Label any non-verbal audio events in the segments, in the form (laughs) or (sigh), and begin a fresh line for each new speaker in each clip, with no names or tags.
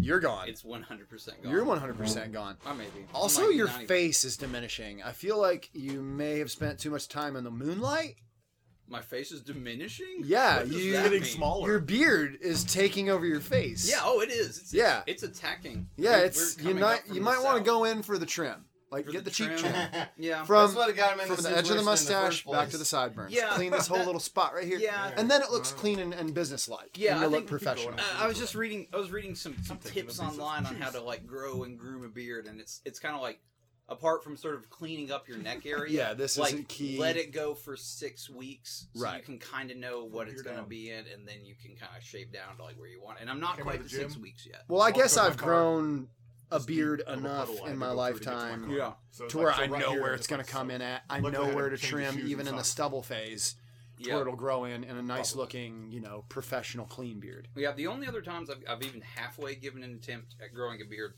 You're gone.
It's 100% gone. Oh
You're 100% gone.
Or maybe.
Also,
Like,
your
not even-
face is diminishing. I feel like you may have spent too much time in the moonlight.
My face is diminishing?
Yeah,
What does
you-
that
Getting
mean?
smaller.
Your beard is taking over your face.
Yeah, oh, it is. It's,
Yeah.
It's attacking.
yeah.
We're-
It's
we're
you
coming
might
up from
you
the
might want to
south.
go in for the trim, like
For
get
the
the, cheek
trim. (laughs)
trim,
Yeah.
From-
That's what got him in
from
this
the edge of the
situation in
mustache
first place.
back to the sideburns.
Yeah.
clean
(laughs)
this whole little spot right here.
Yeah.
and then it looks clean and, and businesslike.
Yeah,
and
I
you look
think-
professional.
Uh, I was just reading. I was reading some, some
taking a
tips
piece of
online on
cheese.
how to like grow and groom a beard, and it's it's kind of like apart from sort of cleaning up your neck
(laughs)
area.
Yeah, this
like,
isn't key.
Let it go for six weeks, so you
Right.
can kind of know what it's
Beard
going to
down.
be in, and then you can kind of shave down to like where you want. And I'm not
Came out
quite
of
to
the
six
gym.
weeks yet.
Well, I
Walked
guess
over to
I've
my car.
grown a
This deep
beard
little
enough
puddle I
in
had to
my
go through to get to my
lifetime
car.
Yeah.
So it's
to
like-
where
so
I
right
know
here,
where
it's
it's going
like-
to come in at. I
Looked
know
like I
where to
had to change
trim,
shoes
even
and
in the
socks.
stubble phase, to
Yeah.
where it'll grow in in a nice
Probably.
looking, you know, professional clean beard.
Yeah, the only other times I've, I've even halfway given an attempt at growing a beard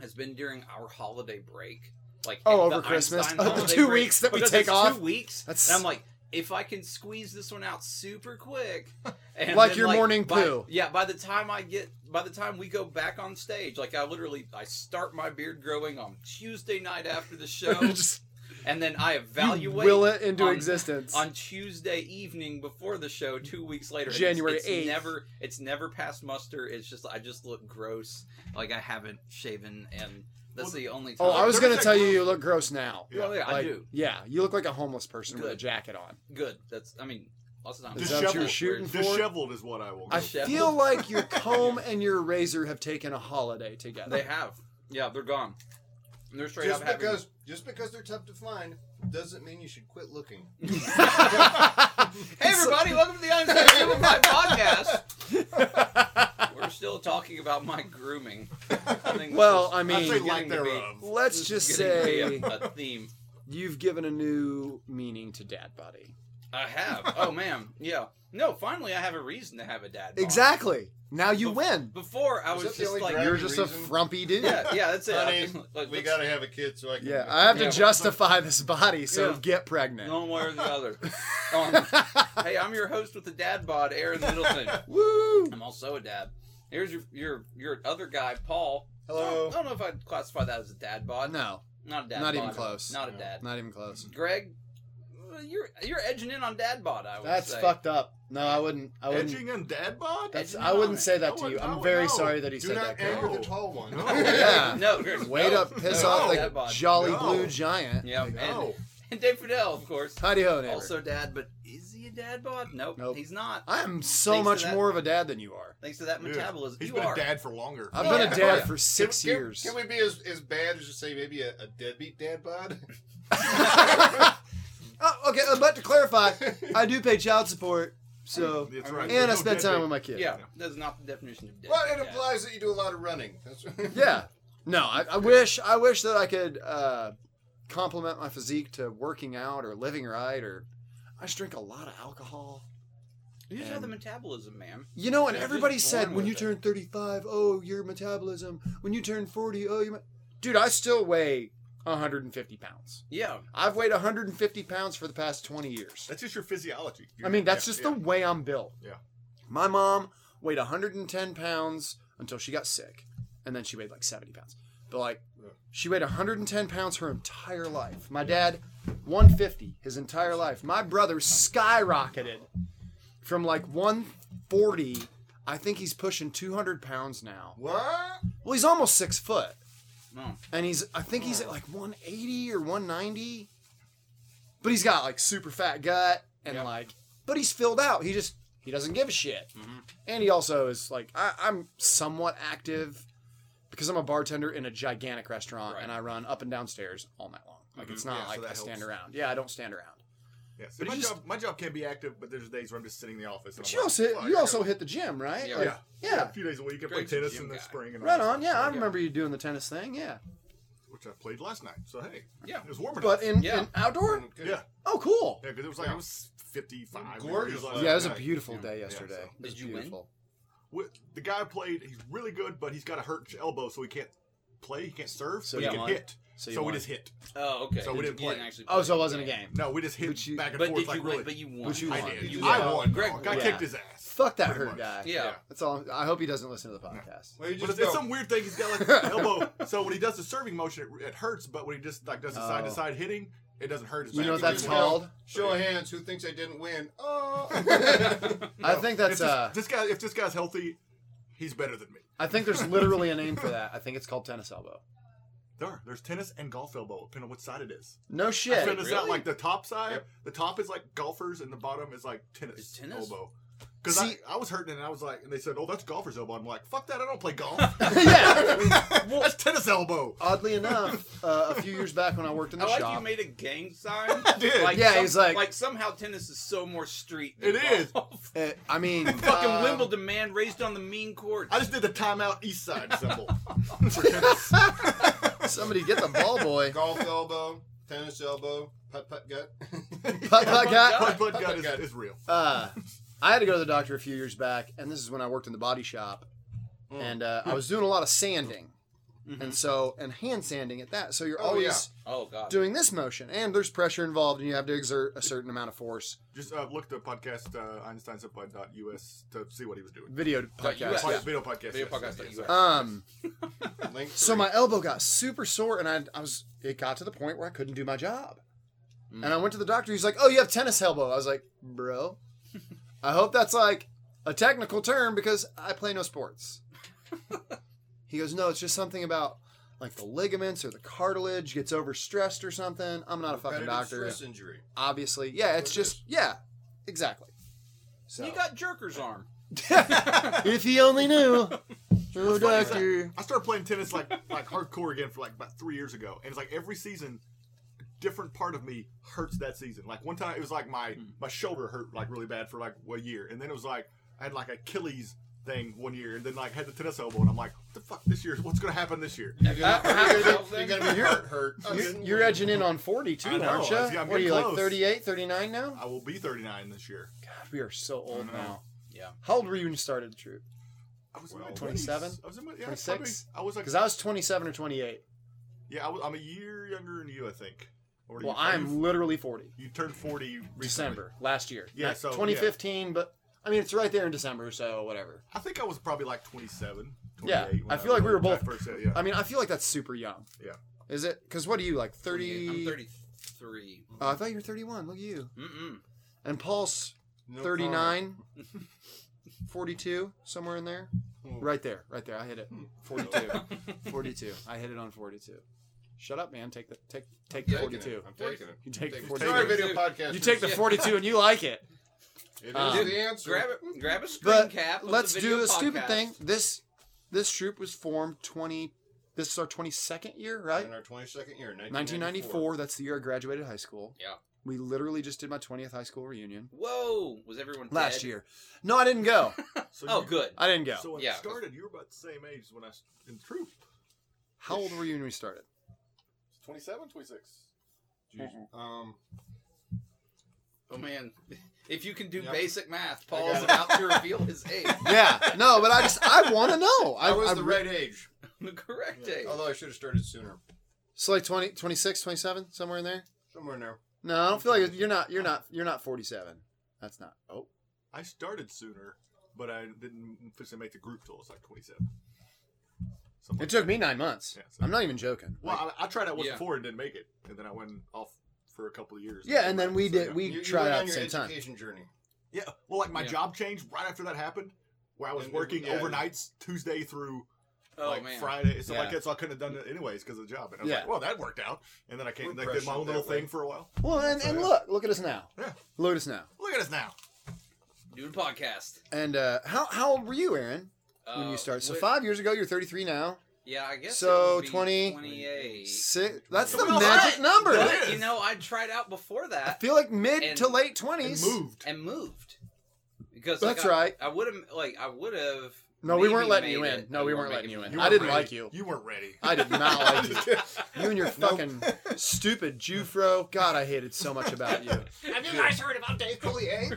has been during our holiday break. Like
Oh,
the
over Christmas?
Einstein
Oh, the
holiday
two
break,
weeks that we
because
take
it's
off?
Two weeks.
That's-
And I'm like, if I can squeeze this one out super quick,
(laughs)
and
Like
then,
your morning
by-
poo.
Yeah, by the time I get, by the time we go back on stage, like I literally, I start my beard growing on Tuesday night after
(laughs)
the show,
Just
and then I
you
evaluate
will it into
on-
existence.
on Tuesday evening before the show, two weeks later. and
January
it's, it's
8th.
Never, it's never passed muster. It's just I just look gross, like I haven't shaven, and that's
Well,
the only time.
oh, I was
There
going
was
to
that
tell you,
group-
you look gross now.
Yeah.
Oh, yeah, I
Like,
do.
Yeah, you look like a homeless person with a
Good.
jacket on.
Good. That's. I mean, lots of times.
Is that what you're
Disheveled.
shooting for?
Disheveled is what I will.
I
go.
Disheveled.
feel
(laughs)
like your comb and your razor have taken a holiday together.
They have. Yeah, they're gone. And they're straight
Just
up having.
because just because they're tough to find doesn't mean you should quit looking.
(laughs)
(laughs) Hey everybody, welcome to the Unsaid Gym with My podcast.
(laughs)
We're still talking about my grooming. I think this
Well,
is
I mean-
I'd say lack
getting to be-
thereof.
Let's
this
just
is getting
say
to be a, a theme.
you've given a new meaning to dad body.
I have. Oh man, yeah. No, finally I have a reason to have a dad. bod.
Exactly. Now you
Bef-
win.
Before I
Is
was,
that the
just
only
like,
drag-
You're just a
reason.
frumpy dude.
yeah, yeah, that's it. I'm
Honey,
just (laughs) like,
we
let's-
gotta have a kid so I can.
Yeah, I have to
Yeah.
justify this body, so
Yeah.
get pregnant.
one way or
(laughs)
the other. Um, hey, I'm your host with the dad bod, Aaron Middleton.
(laughs)
(laughs)
Woo!
I'm also a dad. Here's your your your other guy, Paul. I
Hello.
don't know if I'd classify that as a dad bod.
No,
Not a dad.
Not even
bod.
close.
Uh, Not a
No.
dad.
not even close.
Greg, uh, you're you're edging in on dad bod. I would
That's
say.
fucked up. No, I wouldn't. I wouldn't.
Edging and dad bod.
That's.
edging
I
on it.
wouldn't say that
I
to you.
wouldn't- I
I'm
would-
very
no.
sorry that he
Do
said
not
that.
anger
Greg.
Oh, No.
the tall one. (laughs)
No.
Yeah.
(laughs) No, Greg,
Way
no.
to piss
No.
off
Dad
the
bod.
jolly
No.
blue giant.
Yeah, and,
No.
(laughs) and Dave Fidel, of course.
Howdy ho, neighbor.
also dad, but is he a dad bod? Nope,
Nope.
he's not.
I am so
Thanks to
much
that-
more of a dad than you are.
Thanks to that
Dude,
metabolism,
He's
you
been
are.
a dad for longer.
I've
Oh,
been
yeah.
a dad
Yeah.
for six
Can- can-
years.
Can, we (laughs) be as, as bad as to say maybe a, a deadbeat
(laughs)
dad bod?
(laughs) Oh, okay, uh, but to clarify, I do pay child support, so
(laughs) That's right.
and I
No
spend time
deadbeat.
with my kid.
yeah, that's not the definition of dad.
well, it
dad.
implies that you do a lot of running. That's (laughs)
Yeah. No, I, I wish I wish that I could uh, complement my physique to working out or living right or I just drink a lot of alcohol.
You just have the
And-
metabolism, man.
You know, and
You're just
everybody
born
said
with
when you
it."
turn 35, oh, your metabolism. When you turn 40, oh, you. Dude, I still weigh 150 pounds.
Yeah,
I've weighed 150 pounds for the past 20 years.
That's just your physiology.
I mean, that's just the way I'm built.
Yeah.
My mom weighed 110 pounds until she got sick, and then she weighed like 70 pounds. But like,
Yeah.
she weighed 110 pounds her entire life. My dad, 150 his entire life. My brother skyrocketed from like 140. I think he's pushing 200 pounds now.
What?
Well, he's almost six foot,
no,
and he's I think he's at like 180 or 190. But he's got like super fat gut and
Yeah.
like, but he's filled out. He just he doesn't give a shit. And he also is like I, I'm somewhat active because I'm a bartender in a gigantic restaurant
Right.
and I run up and downstairs all night long. Like it's not
Yeah, so
like I
that
stand
helps.
around. Yeah, I don't stand around.
Yeah, so
But
my
you just-
job, my job can be active, but there's days where I'm just sitting in the office. and
But
I'm
you
like,
also
"Fuck,
you
I
also
gotta-"
hit the gym, right?
Yeah.
Like,
yeah.
yeah.
a few days a week. I play
Greg's a
tennis
gym
in the
guy.
spring. And all
Right
that
on.
stuff,
Yeah, I
so,
remember you doing the tennis thing. Yeah.
Which I played last night. So hey,
Yeah.
it was warm
But
enough.
in,
Yeah.
in outdoor?
yeah, yeah,
Oh, cool.
because it was like I was 55.
Gorgeous
degrees last
Yeah.
Yeah, it was a
night.
beautiful
Oh, Yeah,
day
yeah,
yesterday.
so.
It was
Did you win?
beautiful.
Wi- The guy played. He's really good, but he's got a hurt elbow, so he can't play. He can't serve.
So
but
you
he can
won.
hit.
So
So,
you
we
won.
just hit.
Oh, okay.
So we
Did you-
didn't
you
play.
actually
Oh, so it
play.
wasn't a game.
No, we just hit
But you-
back and
But
forth
did
like
you win?
really.
But you won.
But you
I
won.
did.
You
I
won.
won.
Greg
Greg, I
won.
kicked his ass.
Fuck that
Pretty
hurt
much.
guy.
Yeah.
That's all. I hope he doesn't listen to the podcast.
Well, you
But
just
it's, it's
go,
some weird thing. He's
(laughs)
got like elbow. So when he does the serving motion, it, it hurts. But when he just like does the side to
Oh.
side hitting, it doesn't hurt as
You
bad.
know what
It
that's
just-
Well,
called?
Show of hands, who thinks I didn't win? (laughs) Oh,
I think that's
If this,
uh.
this guy, if this guy's healthy, he's better than me.
I think there's literally a name for that. I think it's called tennis elbow.
There, are. there's tennis and golf elbow, depending on which side it is.
No
I
shit.
found this out
really?
like the top side.
Yep.
The top is like golfers, and the bottom is like tennis,
Is tennis?
elbow. Because I,
See-
I was hurting, and I was like, and they said, "Oh, that's golfer's elbow." I'm like, "Fuck that! I don't
(laughs)
play golf.
(laughs) yeah.
that's tennis elbow."
Oddly enough, uh, a few years back when I worked in the
I like you
shop,
made a gang sign.
(laughs) did.
Yeah, he's like-
like somehow tennis is so more street.
It
(laughs)
is.
golf.
uh, I
(laughs)
mean,
Fucking
Uh,
Um,
Wimbledon man raised on the mean courts.
I just did the timeout
(laughs)
east side symbol for tennis.
somebody get the ball boy.
golf elbow, tennis elbow, putt putt gut.
(laughs) Putt putt cat.
But, but
Putt-putt
God is,
gut.
is real.
Uh, (laughs) I had to go to the doctor a few years back, and this is when I worked in the body shop,
Mm.
and uh, I was doing a lot of sanding,
Mhm.
and so and hand sanding at that. So you're
Oh,
always
oh god.
doing this motion, and there's pressure involved, and you have to exert a certain amount of force.
Just uh, look the podcast uh, Einsteinsimplified.us to see what he was doing.
Video
Like you
podcast.
have-
Pod-
yeah.
Video podcast.
Video
yes,
podcast
yes,
that you
yes.
have.
Um,
(laughs) Link
so
three.
my elbow got super sore, and I, I was it got to the point where I couldn't do my job,
Hmm.
Mm.
and I went to the doctor. He's like, "Oh, you have tennis elbow." I was like,
(laughs)
"Bro, I hope that's like a technical term because I play no
(laughs)
sports." he goes, "No, it's just something about." Like the ligaments or the cartilage gets overstressed or something. I'm not a fucking
Repetitive
doctor,
Stress injury.
obviously. Yeah, it's
What it
just yeah, exactly. So
You got Jerker's
(laughs)
arm. (laughs)
if he only knew.
(laughs)
Oh,
funny is
doctor.
I started playing tennis like like hardcore again for like about three years ago, and it's like every season, a different part of me hurts that season. Like one time, it was like my my shoulder hurt like really bad for like a year, and then it was like I had like Achilles thing one year, and then like had the tennis elbow, and I'm like, what the fuck this year? What's gonna happen this year?
You're gonna, you're gonna
(laughs)
be- you're gonna be
You're-
hurt, hurt.
You're, you're edging in on 40
I
too,
know,
aren't you?
I see, I'm
What are
getting
you, like
close.
38, 39 now?
I will be 39 this year.
God, we are so old
I know.
now.
Yeah.
How old were you when you started the troop?
I was in my
Well,
20s.
27?
I was in my, yeah,
26?
probably- I was like,
Because I was 27 or 28.
yeah, I was, I'm a year younger than you, I think. Or
Well,
you-
I'm
You,
literally 40.
you turned 40 recently.
December last year.
Yeah,
Not
so, yeah.
2015, but I mean, it's right there in December, so whatever.
I think I was probably like 27.
Yeah,
28 when
I feel like we were
when I
both-
First, said- yeah.
I mean, I feel like that's super young.
Yeah.
Is it? Because what are you, like 30?
I'm 33.
Oh, I thought you were 31. Look at you.
Mm-mm.
And Paul's
No
39, (laughs) 42, somewhere in there.
Hmm.
Right there, right there. I hit it.
(laughs)
42. 42. I hit it on 42. Shut up, man. Take the take take the
I'm taking
42.
it. I'm taking it.
You take
Take-
42.
Sorry, video
Dude,
podcast.
You take the 42 and you like it.
It is
Um,
the answer.
Grab it. Grab a screen
But
cap. of the
let's
video
do a stupid
podcast.
thing. This this troop was formed 20 this is our 22nd year, right?
In our 22nd year, 1994.
1994. That's the year I graduated high school.
Yeah.
We literally just did my 20th high school reunion
Whoa! Was everyone
last
dead?
year. No, I didn't go.
so
Oh,
you-
good.
I didn't go.
(laughs) So when
Yeah.
I started, you were about the same age as when I s- in troop.
How old were you when we started?
27, 26. Jeez.
Mm-hmm.
Um,
Oh man, if you can do
Yep.
basic math,
I
Paul's
got it.
about
(laughs)
to reveal his age.
Yeah. No, but I just I want to know. I
I was
I
the
re-
right age.
The correct age.
Although I should have started sooner.
So like 20, 26, 27, somewhere in there.
Somewhere in there.
No, I don't feel like it- you're not. You're not. You're not forty-seven. That's not. Oh,
I started sooner, but I didn't officially make the group till I was like 27.
it
Something like
took
that.
me nine months.
Yeah, so-
I'm not even joking. Like,
Well, I, I tried out once
Yeah.
before and didn't make it, and then I went off for a couple of years.
yeah, and then we
So,
did.
yeah.
We
You- you
tried
went
out
on
at the
your
same time.
education journey.
Yeah, well, like my
Yeah.
job changed right after that happened, where I was
And it-
working
yeah.
overnights Tuesday through
oh
like
man.
Friday, so like
Yeah.
that. So I couldn't have done it anyways because of the job. And I was
Yeah.
like, well, that worked out. And then I came,
We're
like, did my own
pressured
little
that way.
thing for a while.
Well, and, and
Yeah.
look, look at us now.
Yeah.
Look at us now.
Look at us now.
Doing podcast.
And uh, how how old were you, Aaron, when
Uh,
you started? So
wi-
five years ago, you're 33 now.
Yeah, I guess.
So
it would be
20
28.
Six. That's the
Well,
magic
I-
number.
that-
But, you know, I tried out before
I
that
feel like mid
and-
to late
And
20s.
moved.
and moved because like,
That's
I-
right.
I would have like I would have.
No, we
maybe
weren't letting you
made
in.
it.
No, we weren't letting
making
you
it.
in.
You
I
weren't
didn't
ready.
like you.
You weren't ready.
I did not
(laughs)
like you.
I
You and
(laughs)
your fucking stupid Jufro. God, I hated so much about you.
knew I heard about
(laughs)
Dave Coulier.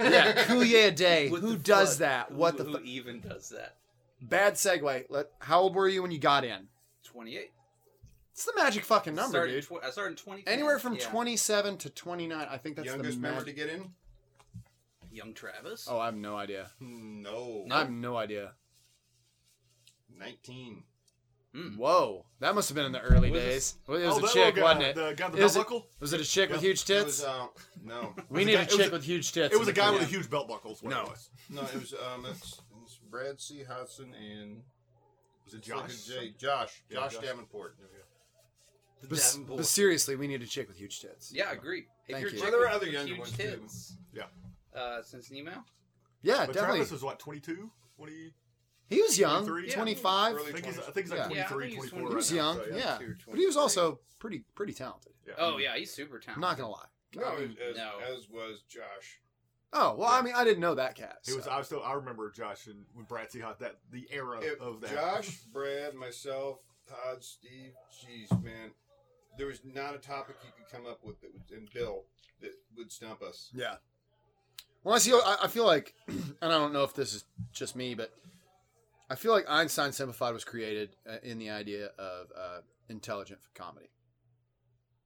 Yeah, Kuya a
What
day. (laughs) Who
the
does
fuck?
that? What
who,
the
who
fuck?
even does that?
Bad segue. Let, how old were you when you got in?
28.
It's the magic fucking number,
started
dude.
Tw- I started in 20.
Anywhere from
yeah.
27 to 29, I think that's
Youngest
the
member to
magic.
get in?
Young Travis?
Oh, I have no idea.
No.
I have no idea.
19.
Whoa, that must have been in the early
Was
days.
this-
Well, it was
oh,
a
that little
chick,
guy,
wasn't it?
The guy with the
It was
belt
a-
buckle.
Was it a chick with
Yeah.
huge
It
tits?
was, uh, no.
we
it was a
need
guy-
a
it was
chick
a-
with huge tits.
It was a guy with a
Yeah.
huge belt buckle. is what it
No.
was.
No, it was um, it's, it's Brad C. Hudson and
was it
Josh.
Josh?
J. Josh.
Yeah,
Josh
Josh.
Davenport.
The
But, s-
Davenport.
but seriously, we need a chick with huge tits.
yeah, agreed.
Thank
if you're
you.
checking
Well, there were other
with
younger
huge
ones, too.
tits,
Yeah.
Uh, since an email?
Yeah,
But
definitely.
Travis was what 22, 20.
he was young,
23? Yeah.
25,
I
Early
think he's, I
20s.
think he's like
Yeah.
Yeah, I
23,
think he's
24
he
right
was
now.
young,
so, yeah,
yeah.
two,
But he was
23.
also pretty pretty talented.
Oh, yeah, he's super talented.
I'm not gonna lie.
No, as, as,
No.
as was Josh.
Oh well, I mean, I didn't know that cat.
It was.
so.
I was still. I remember Josh and when Brad C. Hot that the era
It-
of that.
Josh, Brad, myself, Todd, Steve. Jeez, man, there was not a topic you could come up with that would, and Bill that would stump us.
Yeah. Well, I see. I, I feel like, (clears throat) and I don't know if this is just me, but I feel like Einstein Simplified was created uh, in the idea of uh, intelligent comedy,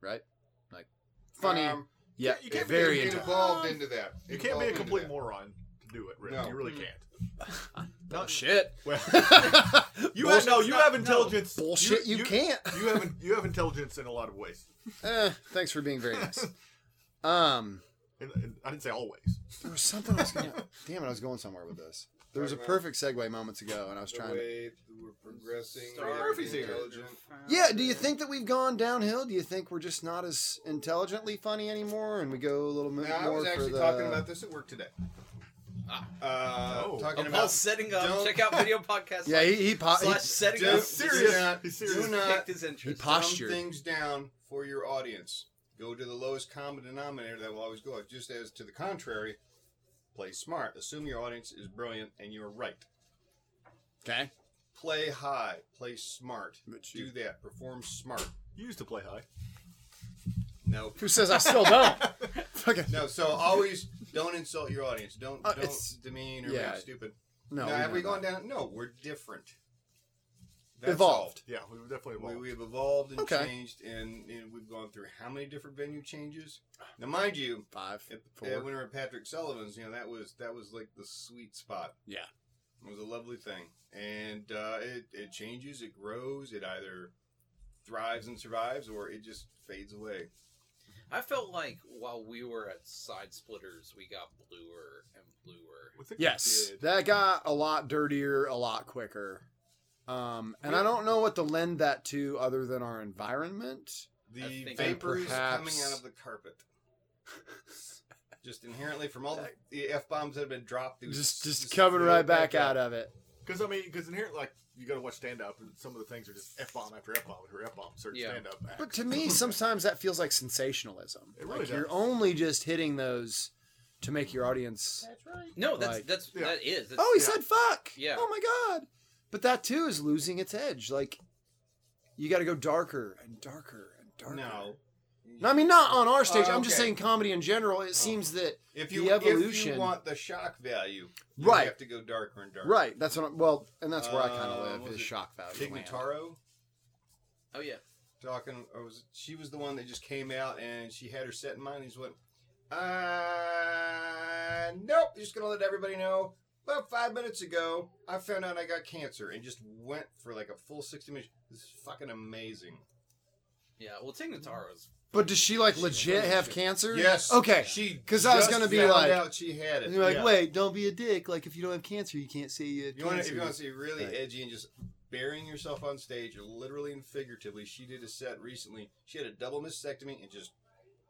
right? Like funny,
Um,
yeah,
you can't be
very.
it
intelligent.
intelligent.
evolved into that.
(laughs) you can't be a
Evolved into
complete
that.
moron to do it. Really.
No.
You really
Mm.
can't.
No Oh, shit.
Well, (laughs) you
Bullshit-
have no. You
Not-
have
no.
intelligence.
Bullshit. You, can't.
You have in- you have intelligence in a lot of ways.
(laughs) Eh, thanks for being very
(laughs)
nice. Um,
And, and I didn't say always.
there was something I was going.
(laughs)
to Damn it! I was going somewhere with this. There was a perfect segue moments ago, and I was
The
trying to.
way that we're progressing.
Star
we're
Murphy's here.
intelligent.
Yeah, do you think that we've gone downhill? Do you think we're just not as intelligently funny anymore, and we go a little bit
Now, I
more
was
for
actually
the?
talking about this at work today.
Ah.
Uh,
Oh.
Talking
About
about
setting up.
don't-
Check out
(laughs)
video podcast.
yeah, he he, po- he
slash setting
Don't-
up.
He's
serious.
not-
He's
do
serious.
not-
picked his interest.
He pos- Posture.
dumb things down for your audience. Go to the lowest common denominator that will always go. up. Just as to the contrary, play smart. Assume your audience is brilliant and you're right.
okay.
Play high. Play smart.
But
Do
you-
that. Perform smart.
You used to play high.
No.
Who says I still
(laughs)
don't? Fucking
No. So always don't insult your audience. Don't
Uh, it's-
don't demean or
yeah.
make stupid.
no.
now,
we
have we
know
gone
that.
down? No, we're different.
Evolved.
Yeah, we were definitely
all. We,
evolved.
we have evolved and
Okay.
changed, and, and we've gone through how many different venue changes? Now, mind you,
Five,
At,
four.
at, when we were at Patrick Sullivan's, you know that was that was like the sweet spot.
Yeah.
it was a lovely thing, and uh, it it changes, it grows, it either thrives and survives, or it just fades away.
I felt like while we were at Side Splitters, we got bluer and bluer.
We think we
yes,
did.
that got a lot dirtier, a lot quicker. Um, and I don't know what to lend that to other than our environment.
I
The
think-
vapors
And perhaps-
coming out of the carpet,
(laughs)
just inherently from all the, the f bombs that have been dropped, it was
Just just coming right back out of it.
Because I mean, because inherent like you got to watch stand up, and some of the things are just f bomb after f bomb after f bomb. Certain
Yeah.
stand up.
But to me, sometimes that feels like sensationalism.
It really
like you're
does.
only just hitting those to make your audience.
No, that's
Like-
that's
Yeah.
that is. That's,
Oh, he
Yeah.
said fuck.
Yeah.
Oh my god. But that too is losing its edge. Like you got to go darker and darker and darker.
No,
No, I mean not on our stage.
Uh,
I'm just
okay. Oh.
saying comedy in general. It seems that
if
The
you if you
evolution-
want the shock value, you
Right.
have to go darker and darker.
right. That's what. I'm, well, and that's where I kind
Uh,
of live
was
is
it
shock value. land.
Tignataro.
oh yeah.
talking or was it, she was the one that just came out and she had her set in mind and just went uh nope just gonna let everybody know about five minutes ago i found out i got cancer and just went for like a full 60 minutes this is fucking amazing
Yeah, well, Tignataro's.
But does she like
She-
legit have cancer?
yes
Okay.
she
'Cause I was
just
gonna be
found
like-
out she had it
And you're like,
Yeah.
wait, don't be a dick. Like if you don't have cancer, you can't say you have
you want to
cancer.
if you want to see really
Right.
edgy and just burying yourself on stage literally and figuratively she did a set recently she had a double mastectomy and just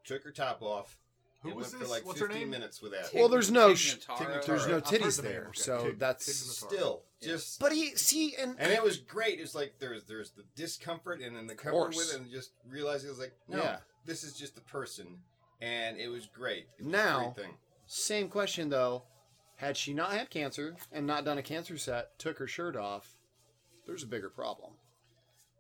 took her top off
Who
and
was
went
this?
for like
What's her
15
name?
minutes with that
Well, there's no sh-
Tignataro.
There's no
I've heard
titties
the name.
there,
Okay.
so
Tig-
that's.
Tignataro.
still
Yeah.
just
But he see and
and it was great. It's like there's there's the discomfort and then the comfort
course.
with it, and just realizing it was like, no,
Yeah.
this is just the person, and it was great. It was
Now-
a great thing.
Same question though. Had she not had cancer and not done a cancer set, took her shirt off, there's a bigger problem.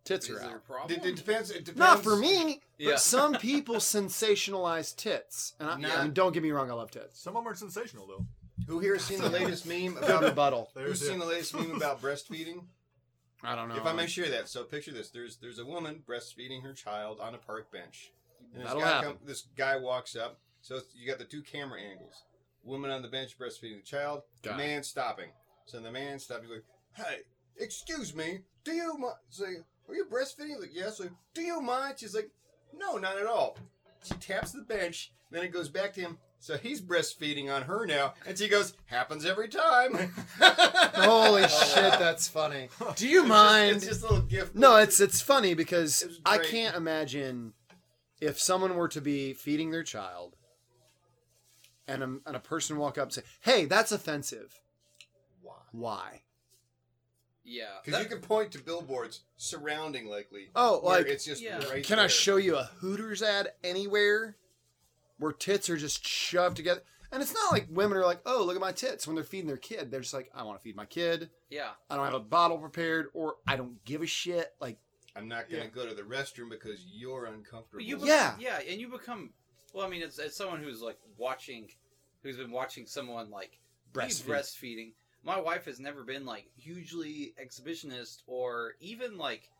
Tits
Is
are
there a
out.
problem?
It, it depends. It depends.
Not for me,
Yeah.
but
(laughs)
some people sensationalize tits. And, I,
Nah.
and don't get me wrong, I love tits.
Some of them are sensational though.
Who here has seen
(laughs)
the latest meme
Good
about?
rebuttal.
There's
Who's
it.
seen the latest meme about breastfeeding?
I don't know.
If I may share that, so picture this: there's there's a woman breastfeeding her child on a park bench. And this
That'll
guy
happen.
Come, this guy walks up. So it's- you got the two camera angles. Woman on the bench breastfeeding the child.
Got it.
man stopping. So the man stopped. He's like, "Hey, excuse me. Do you mind?" She's like, "Are you breastfeeding?" He's like, "Yes." Like, "Do you mind?" She's like, "No, not at all." She taps the bench. Then it goes back to him. So he's breastfeeding on her now, and she goes, "Happens every time." (laughs)
Holy shit, that's funny. Do you
It's just-
mind?
It's just a little gift.
No, it's it's funny because
It was
I
great.
can't imagine if someone were to be feeding their child and a, and a person walk up and say, "Hey, that's offensive."
why?
Why?
Yeah.
Because you can point to billboards surrounding Lakely.
Oh,
where
like
it's just
Yeah.
right
can I
there.
show you a Hooters ad anywhere where tits are just shoved together? And it's not like women are like, "Oh, look at my tits" when they're feeding their kid. They're just like, "I want to feed my kid.
Yeah.
I don't have a bottle prepared, or I don't give a shit." Like,
I'm not going to
Yeah.
go to the restroom because you're uncomfortable.
But you
Yeah.
become- yeah, and you become well. I mean, as, as someone who's like watching, who's been watching someone like be
breastfeed.
breastfeeding. My wife has never been like hugely exhibitionist or even like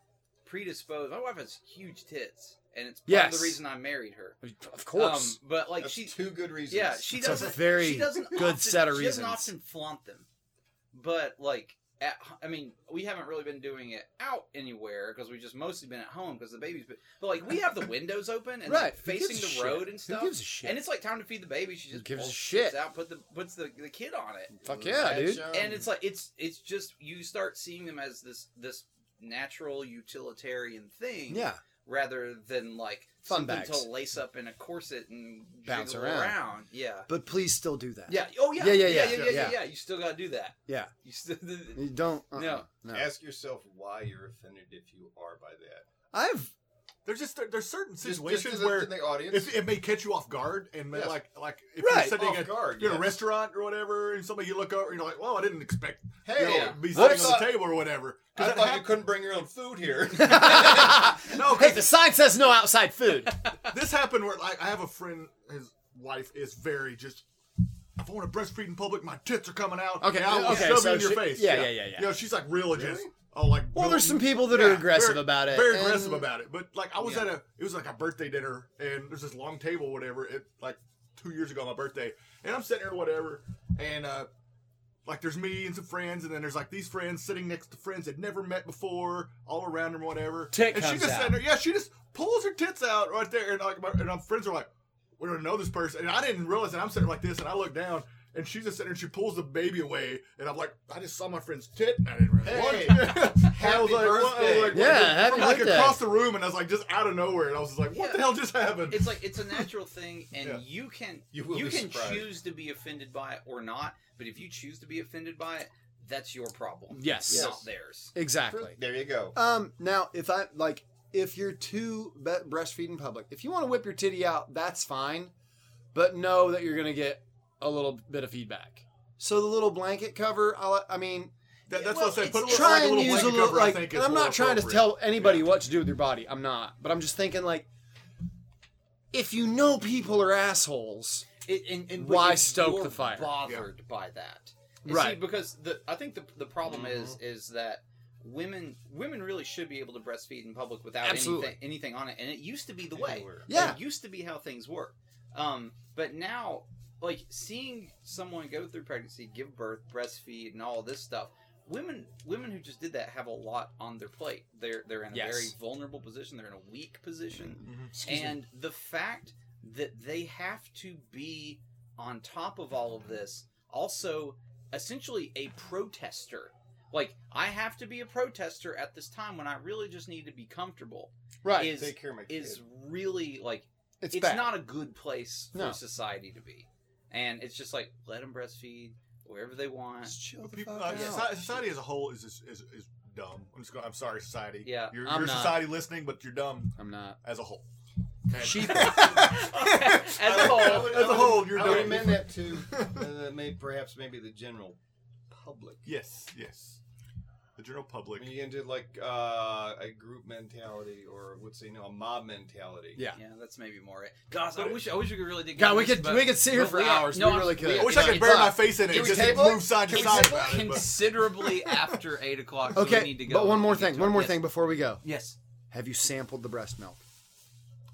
predisposed. My wife has huge tits, and it's part of
Yes.
the reason I married her.
of course,
um, but like
That's
she,
two good reasons.
yeah, she
It's a
doesn't.
very
she doesn't
good
often,
set of
she
reasons.
doesn't often flaunt them, but like, at, I mean, we haven't really been doing it out anywhere because we've just mostly been at home because the baby's. Been, but like, we have the windows open and
right?
like,
Who
facing
gives a
the
shit?
road and stuff.
Who gives a shit?
And it's like time to feed the baby. She just
gives a
pulls
shit?
shits
Um,
out, put the puts the, the kid on it,
Fuck yeah, dude.
and it's like it's it's just you start seeing them as this this natural utilitarian thing,
yeah.
rather than like
Fun
something
bags.
to lace up in a corset and
Bounce
jiggle
around.
yeah.
But please still do that.
Yeah. Oh yeah.
Yeah,
Yeah.
yeah,
Yeah. Yeah.
yeah,
Yeah. Yeah.
yeah.
You still gotta do that.
Yeah.
You (laughs) still.
(laughs) You don't. uh
No.
No.
Ask yourself why you're offended if you are by that.
I've.
There's just there's certain
Just-
situations
just to the,
where
to the audience
If, it may catch you off guard, and may
Yes.
like like if
Right.
you're sitting
off
at
guard.
you're in
yeah.
a restaurant or whatever, and somebody you look over, and you're like, "Well, I didn't expect you know,
Hey,
Yeah.
to be
What?
sitting on the table or whatever."
I
'Cause
thought
that
you
hap-
couldn't bring your own
(laughs)
food here.
no, 'cause
Hey, the sign says no outside food.
this happened where like I have a friend, his wife is very just. If I want to breastfeed in public, my tits are coming out.
Okay,
now
okay,
shove
so
it in your
she-
face.
yeah, yeah, yeah, yeah.
You know, she's like real just
Really?
oh like.
Well, there's some
building-
people that are
Yeah,
aggressive
very-
about it.
Very
and-
aggressive about it. But like I was
Yeah.
at a it was like a birthday dinner and there's this long table, whatever, it like two years ago on my birthday. And I'm sitting there, whatever, and uh like there's me and some friends, and then there's like these friends sitting next to friends they'd never met before, all around them, whatever.
Tit
and
comes
she just
out.
sitting there, yeah, she just pulls her tits out right there, and like my, and our friends are like, we don't know this person, and I didn't realize that I'm sitting like this, and I look down. And she's just sitting there and she pulls the baby away. And I'm like, I just saw my friend's tit. And I didn't realize.
Hey.
what?" (laughs) And I was
Happy
like, what? I
birthday.
was like,
Yeah,
what?
happy
From, like
birthday.
across the room, and I was like, just out of nowhere, and I was just like,
Yeah.
what the hell just happened?
it's like it's a natural thing, and
Yeah.
you can
You will
you
be
can
surprised.
choose to be offended by it or not. But if you choose to be offended by it, that's your problem.
Yes.
It's
Yes.
Not theirs.
Exactly.
there you go.
Um. Now, if I like, if you're too be- breastfeed in public, if you want to whip your titty out, that's fine. But know that you're gonna get a little bit of feedback. So the little blanket cover. I'll, I mean,
That- that's
well,
what I say. Put a
it's-
little,
try
like, a
and
little
use a
blanket
little
cover,
like.
I think,
and
is
I'm
more
not trying to
appropriate.
tell anybody what to do with your body. I'm not. But I'm just thinking like, if you know people are assholes,
It, and, and
Why
but if
stoke
you're
the fire?
Bothered by that, You
Right.
See, because the I think the the problem is
Mm-hmm.
is that women women really should be able to breastfeed in public without
Absolutely.
anything anything on it, and it used to be the way.
Yeah.
It used to be how things were. Um, but now, like, seeing someone go through pregnancy, give birth, breastfeed, and all this stuff, women women who just did that have a lot on their plate. They're they're in a
Yes.
very vulnerable position. They're in a weak position,
Excuse me.
and the fact that they have to be on top of all of this, also essentially a protester. Like, I have to be a protester at this time when I really just need to be comfortable.
right.
is
Take care of my
is
kids.
really like
it's
it's,
bad.
not a good place for
No.
society to be. And it's just like let them breastfeed wherever they want.
Just chill the
People,
fuck
uh,
out.
society, society as a whole is is, is, is dumb. I'm just going. I'm sorry, society.
Yeah.
you're,
I'm
you're
not.
society listening, but you're dumb
I'm not.
as a whole. (laughs)
Sheep.
As a whole,
As a whole, you're
I would
dumb.
amend that to
(laughs)
uh, may, perhaps maybe the general public.
Yes, yes. The general public.
When you get into like uh, a group mentality or what's you know a mob mentality.
Yeah.
yeah, that's maybe more it. Gosh, I wish I wish we could really dig.
God,
into
we
this,
could
but-
we could sit here
but
for
we are-
hours.
no,
we
I'm-
really could.
I wish
Yeah,
I could
it's
bury
not-
my face in it.
Can
and
we
Just
table it?
move side to
It's
side about it. but-
considerably after eight o'clock. so we
Okay,
need to go
but one
and
more
get
thing.
to
One
it.
more
Yes.
thing before we go.
Yes.
Have you sampled the breast milk?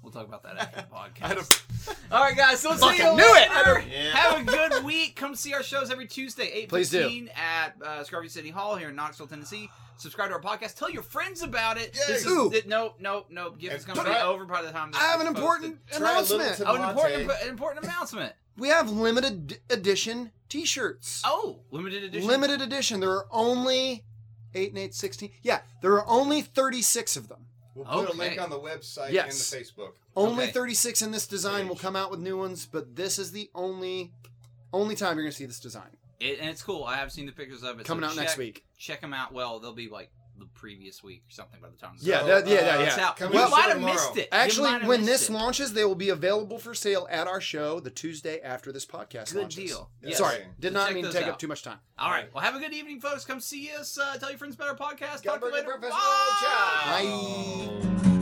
We'll talk about that
(laughs)
after the
I had
podcast.
a
All right, guys. So let's see
Fucking
you
knew it!
later.
Yeah.
Have a good (laughs) week. Come see our shows every Tuesday, eight
Please do.
fifteen at uh, Scarvey City Hall here in Knoxville, Tennessee. Subscribe to our podcast. Tell your friends about it.
Yay.
This is,
Ooh.
th- no, no, no. Gift is
And
going to be
try-
over by the time. This
I have
is
an
posted.
important
Try a little
announcement.
to-
Oh, an important,
Latte.
an important announcement.
We have limited d- edition T-shirts.
Oh, limited edition.
Limited edition. There are only eight and eight sixteen. Yeah, there are only thirty-six of them.
We'll put
Okay.
a link on the website
Yes.
and the Facebook.
Only
Okay.
thirty-six in this design. We'll
Page.
come out with new ones, but this is the only only time you're gonna see this design
It, and it's cool. I have seen the pictures of it.
coming
so
out next
check-
week.
Check them out. Well, they'll be like the previous week or something by the time. this
Yeah,
is
that- yeah,
uh,
yeah,
It's
yeah.
out. You
Coming
Well,
soon
might have
tomorrow.
missed it. You might
Actually,
have
when
missed
this
it.
launches, they will be available for sale at our show the Tuesday after this podcast
Good
launches.
deal. Yes.
Sorry,
So
did not
check
mean to
those
take
out.
up too much time.
All right. Well, have a good evening, folks. Come see us. Uh, tell your friends about our podcast. Talk to you
Gumberg
later.
Breakfast
Bye.
World Challenge.
Bye.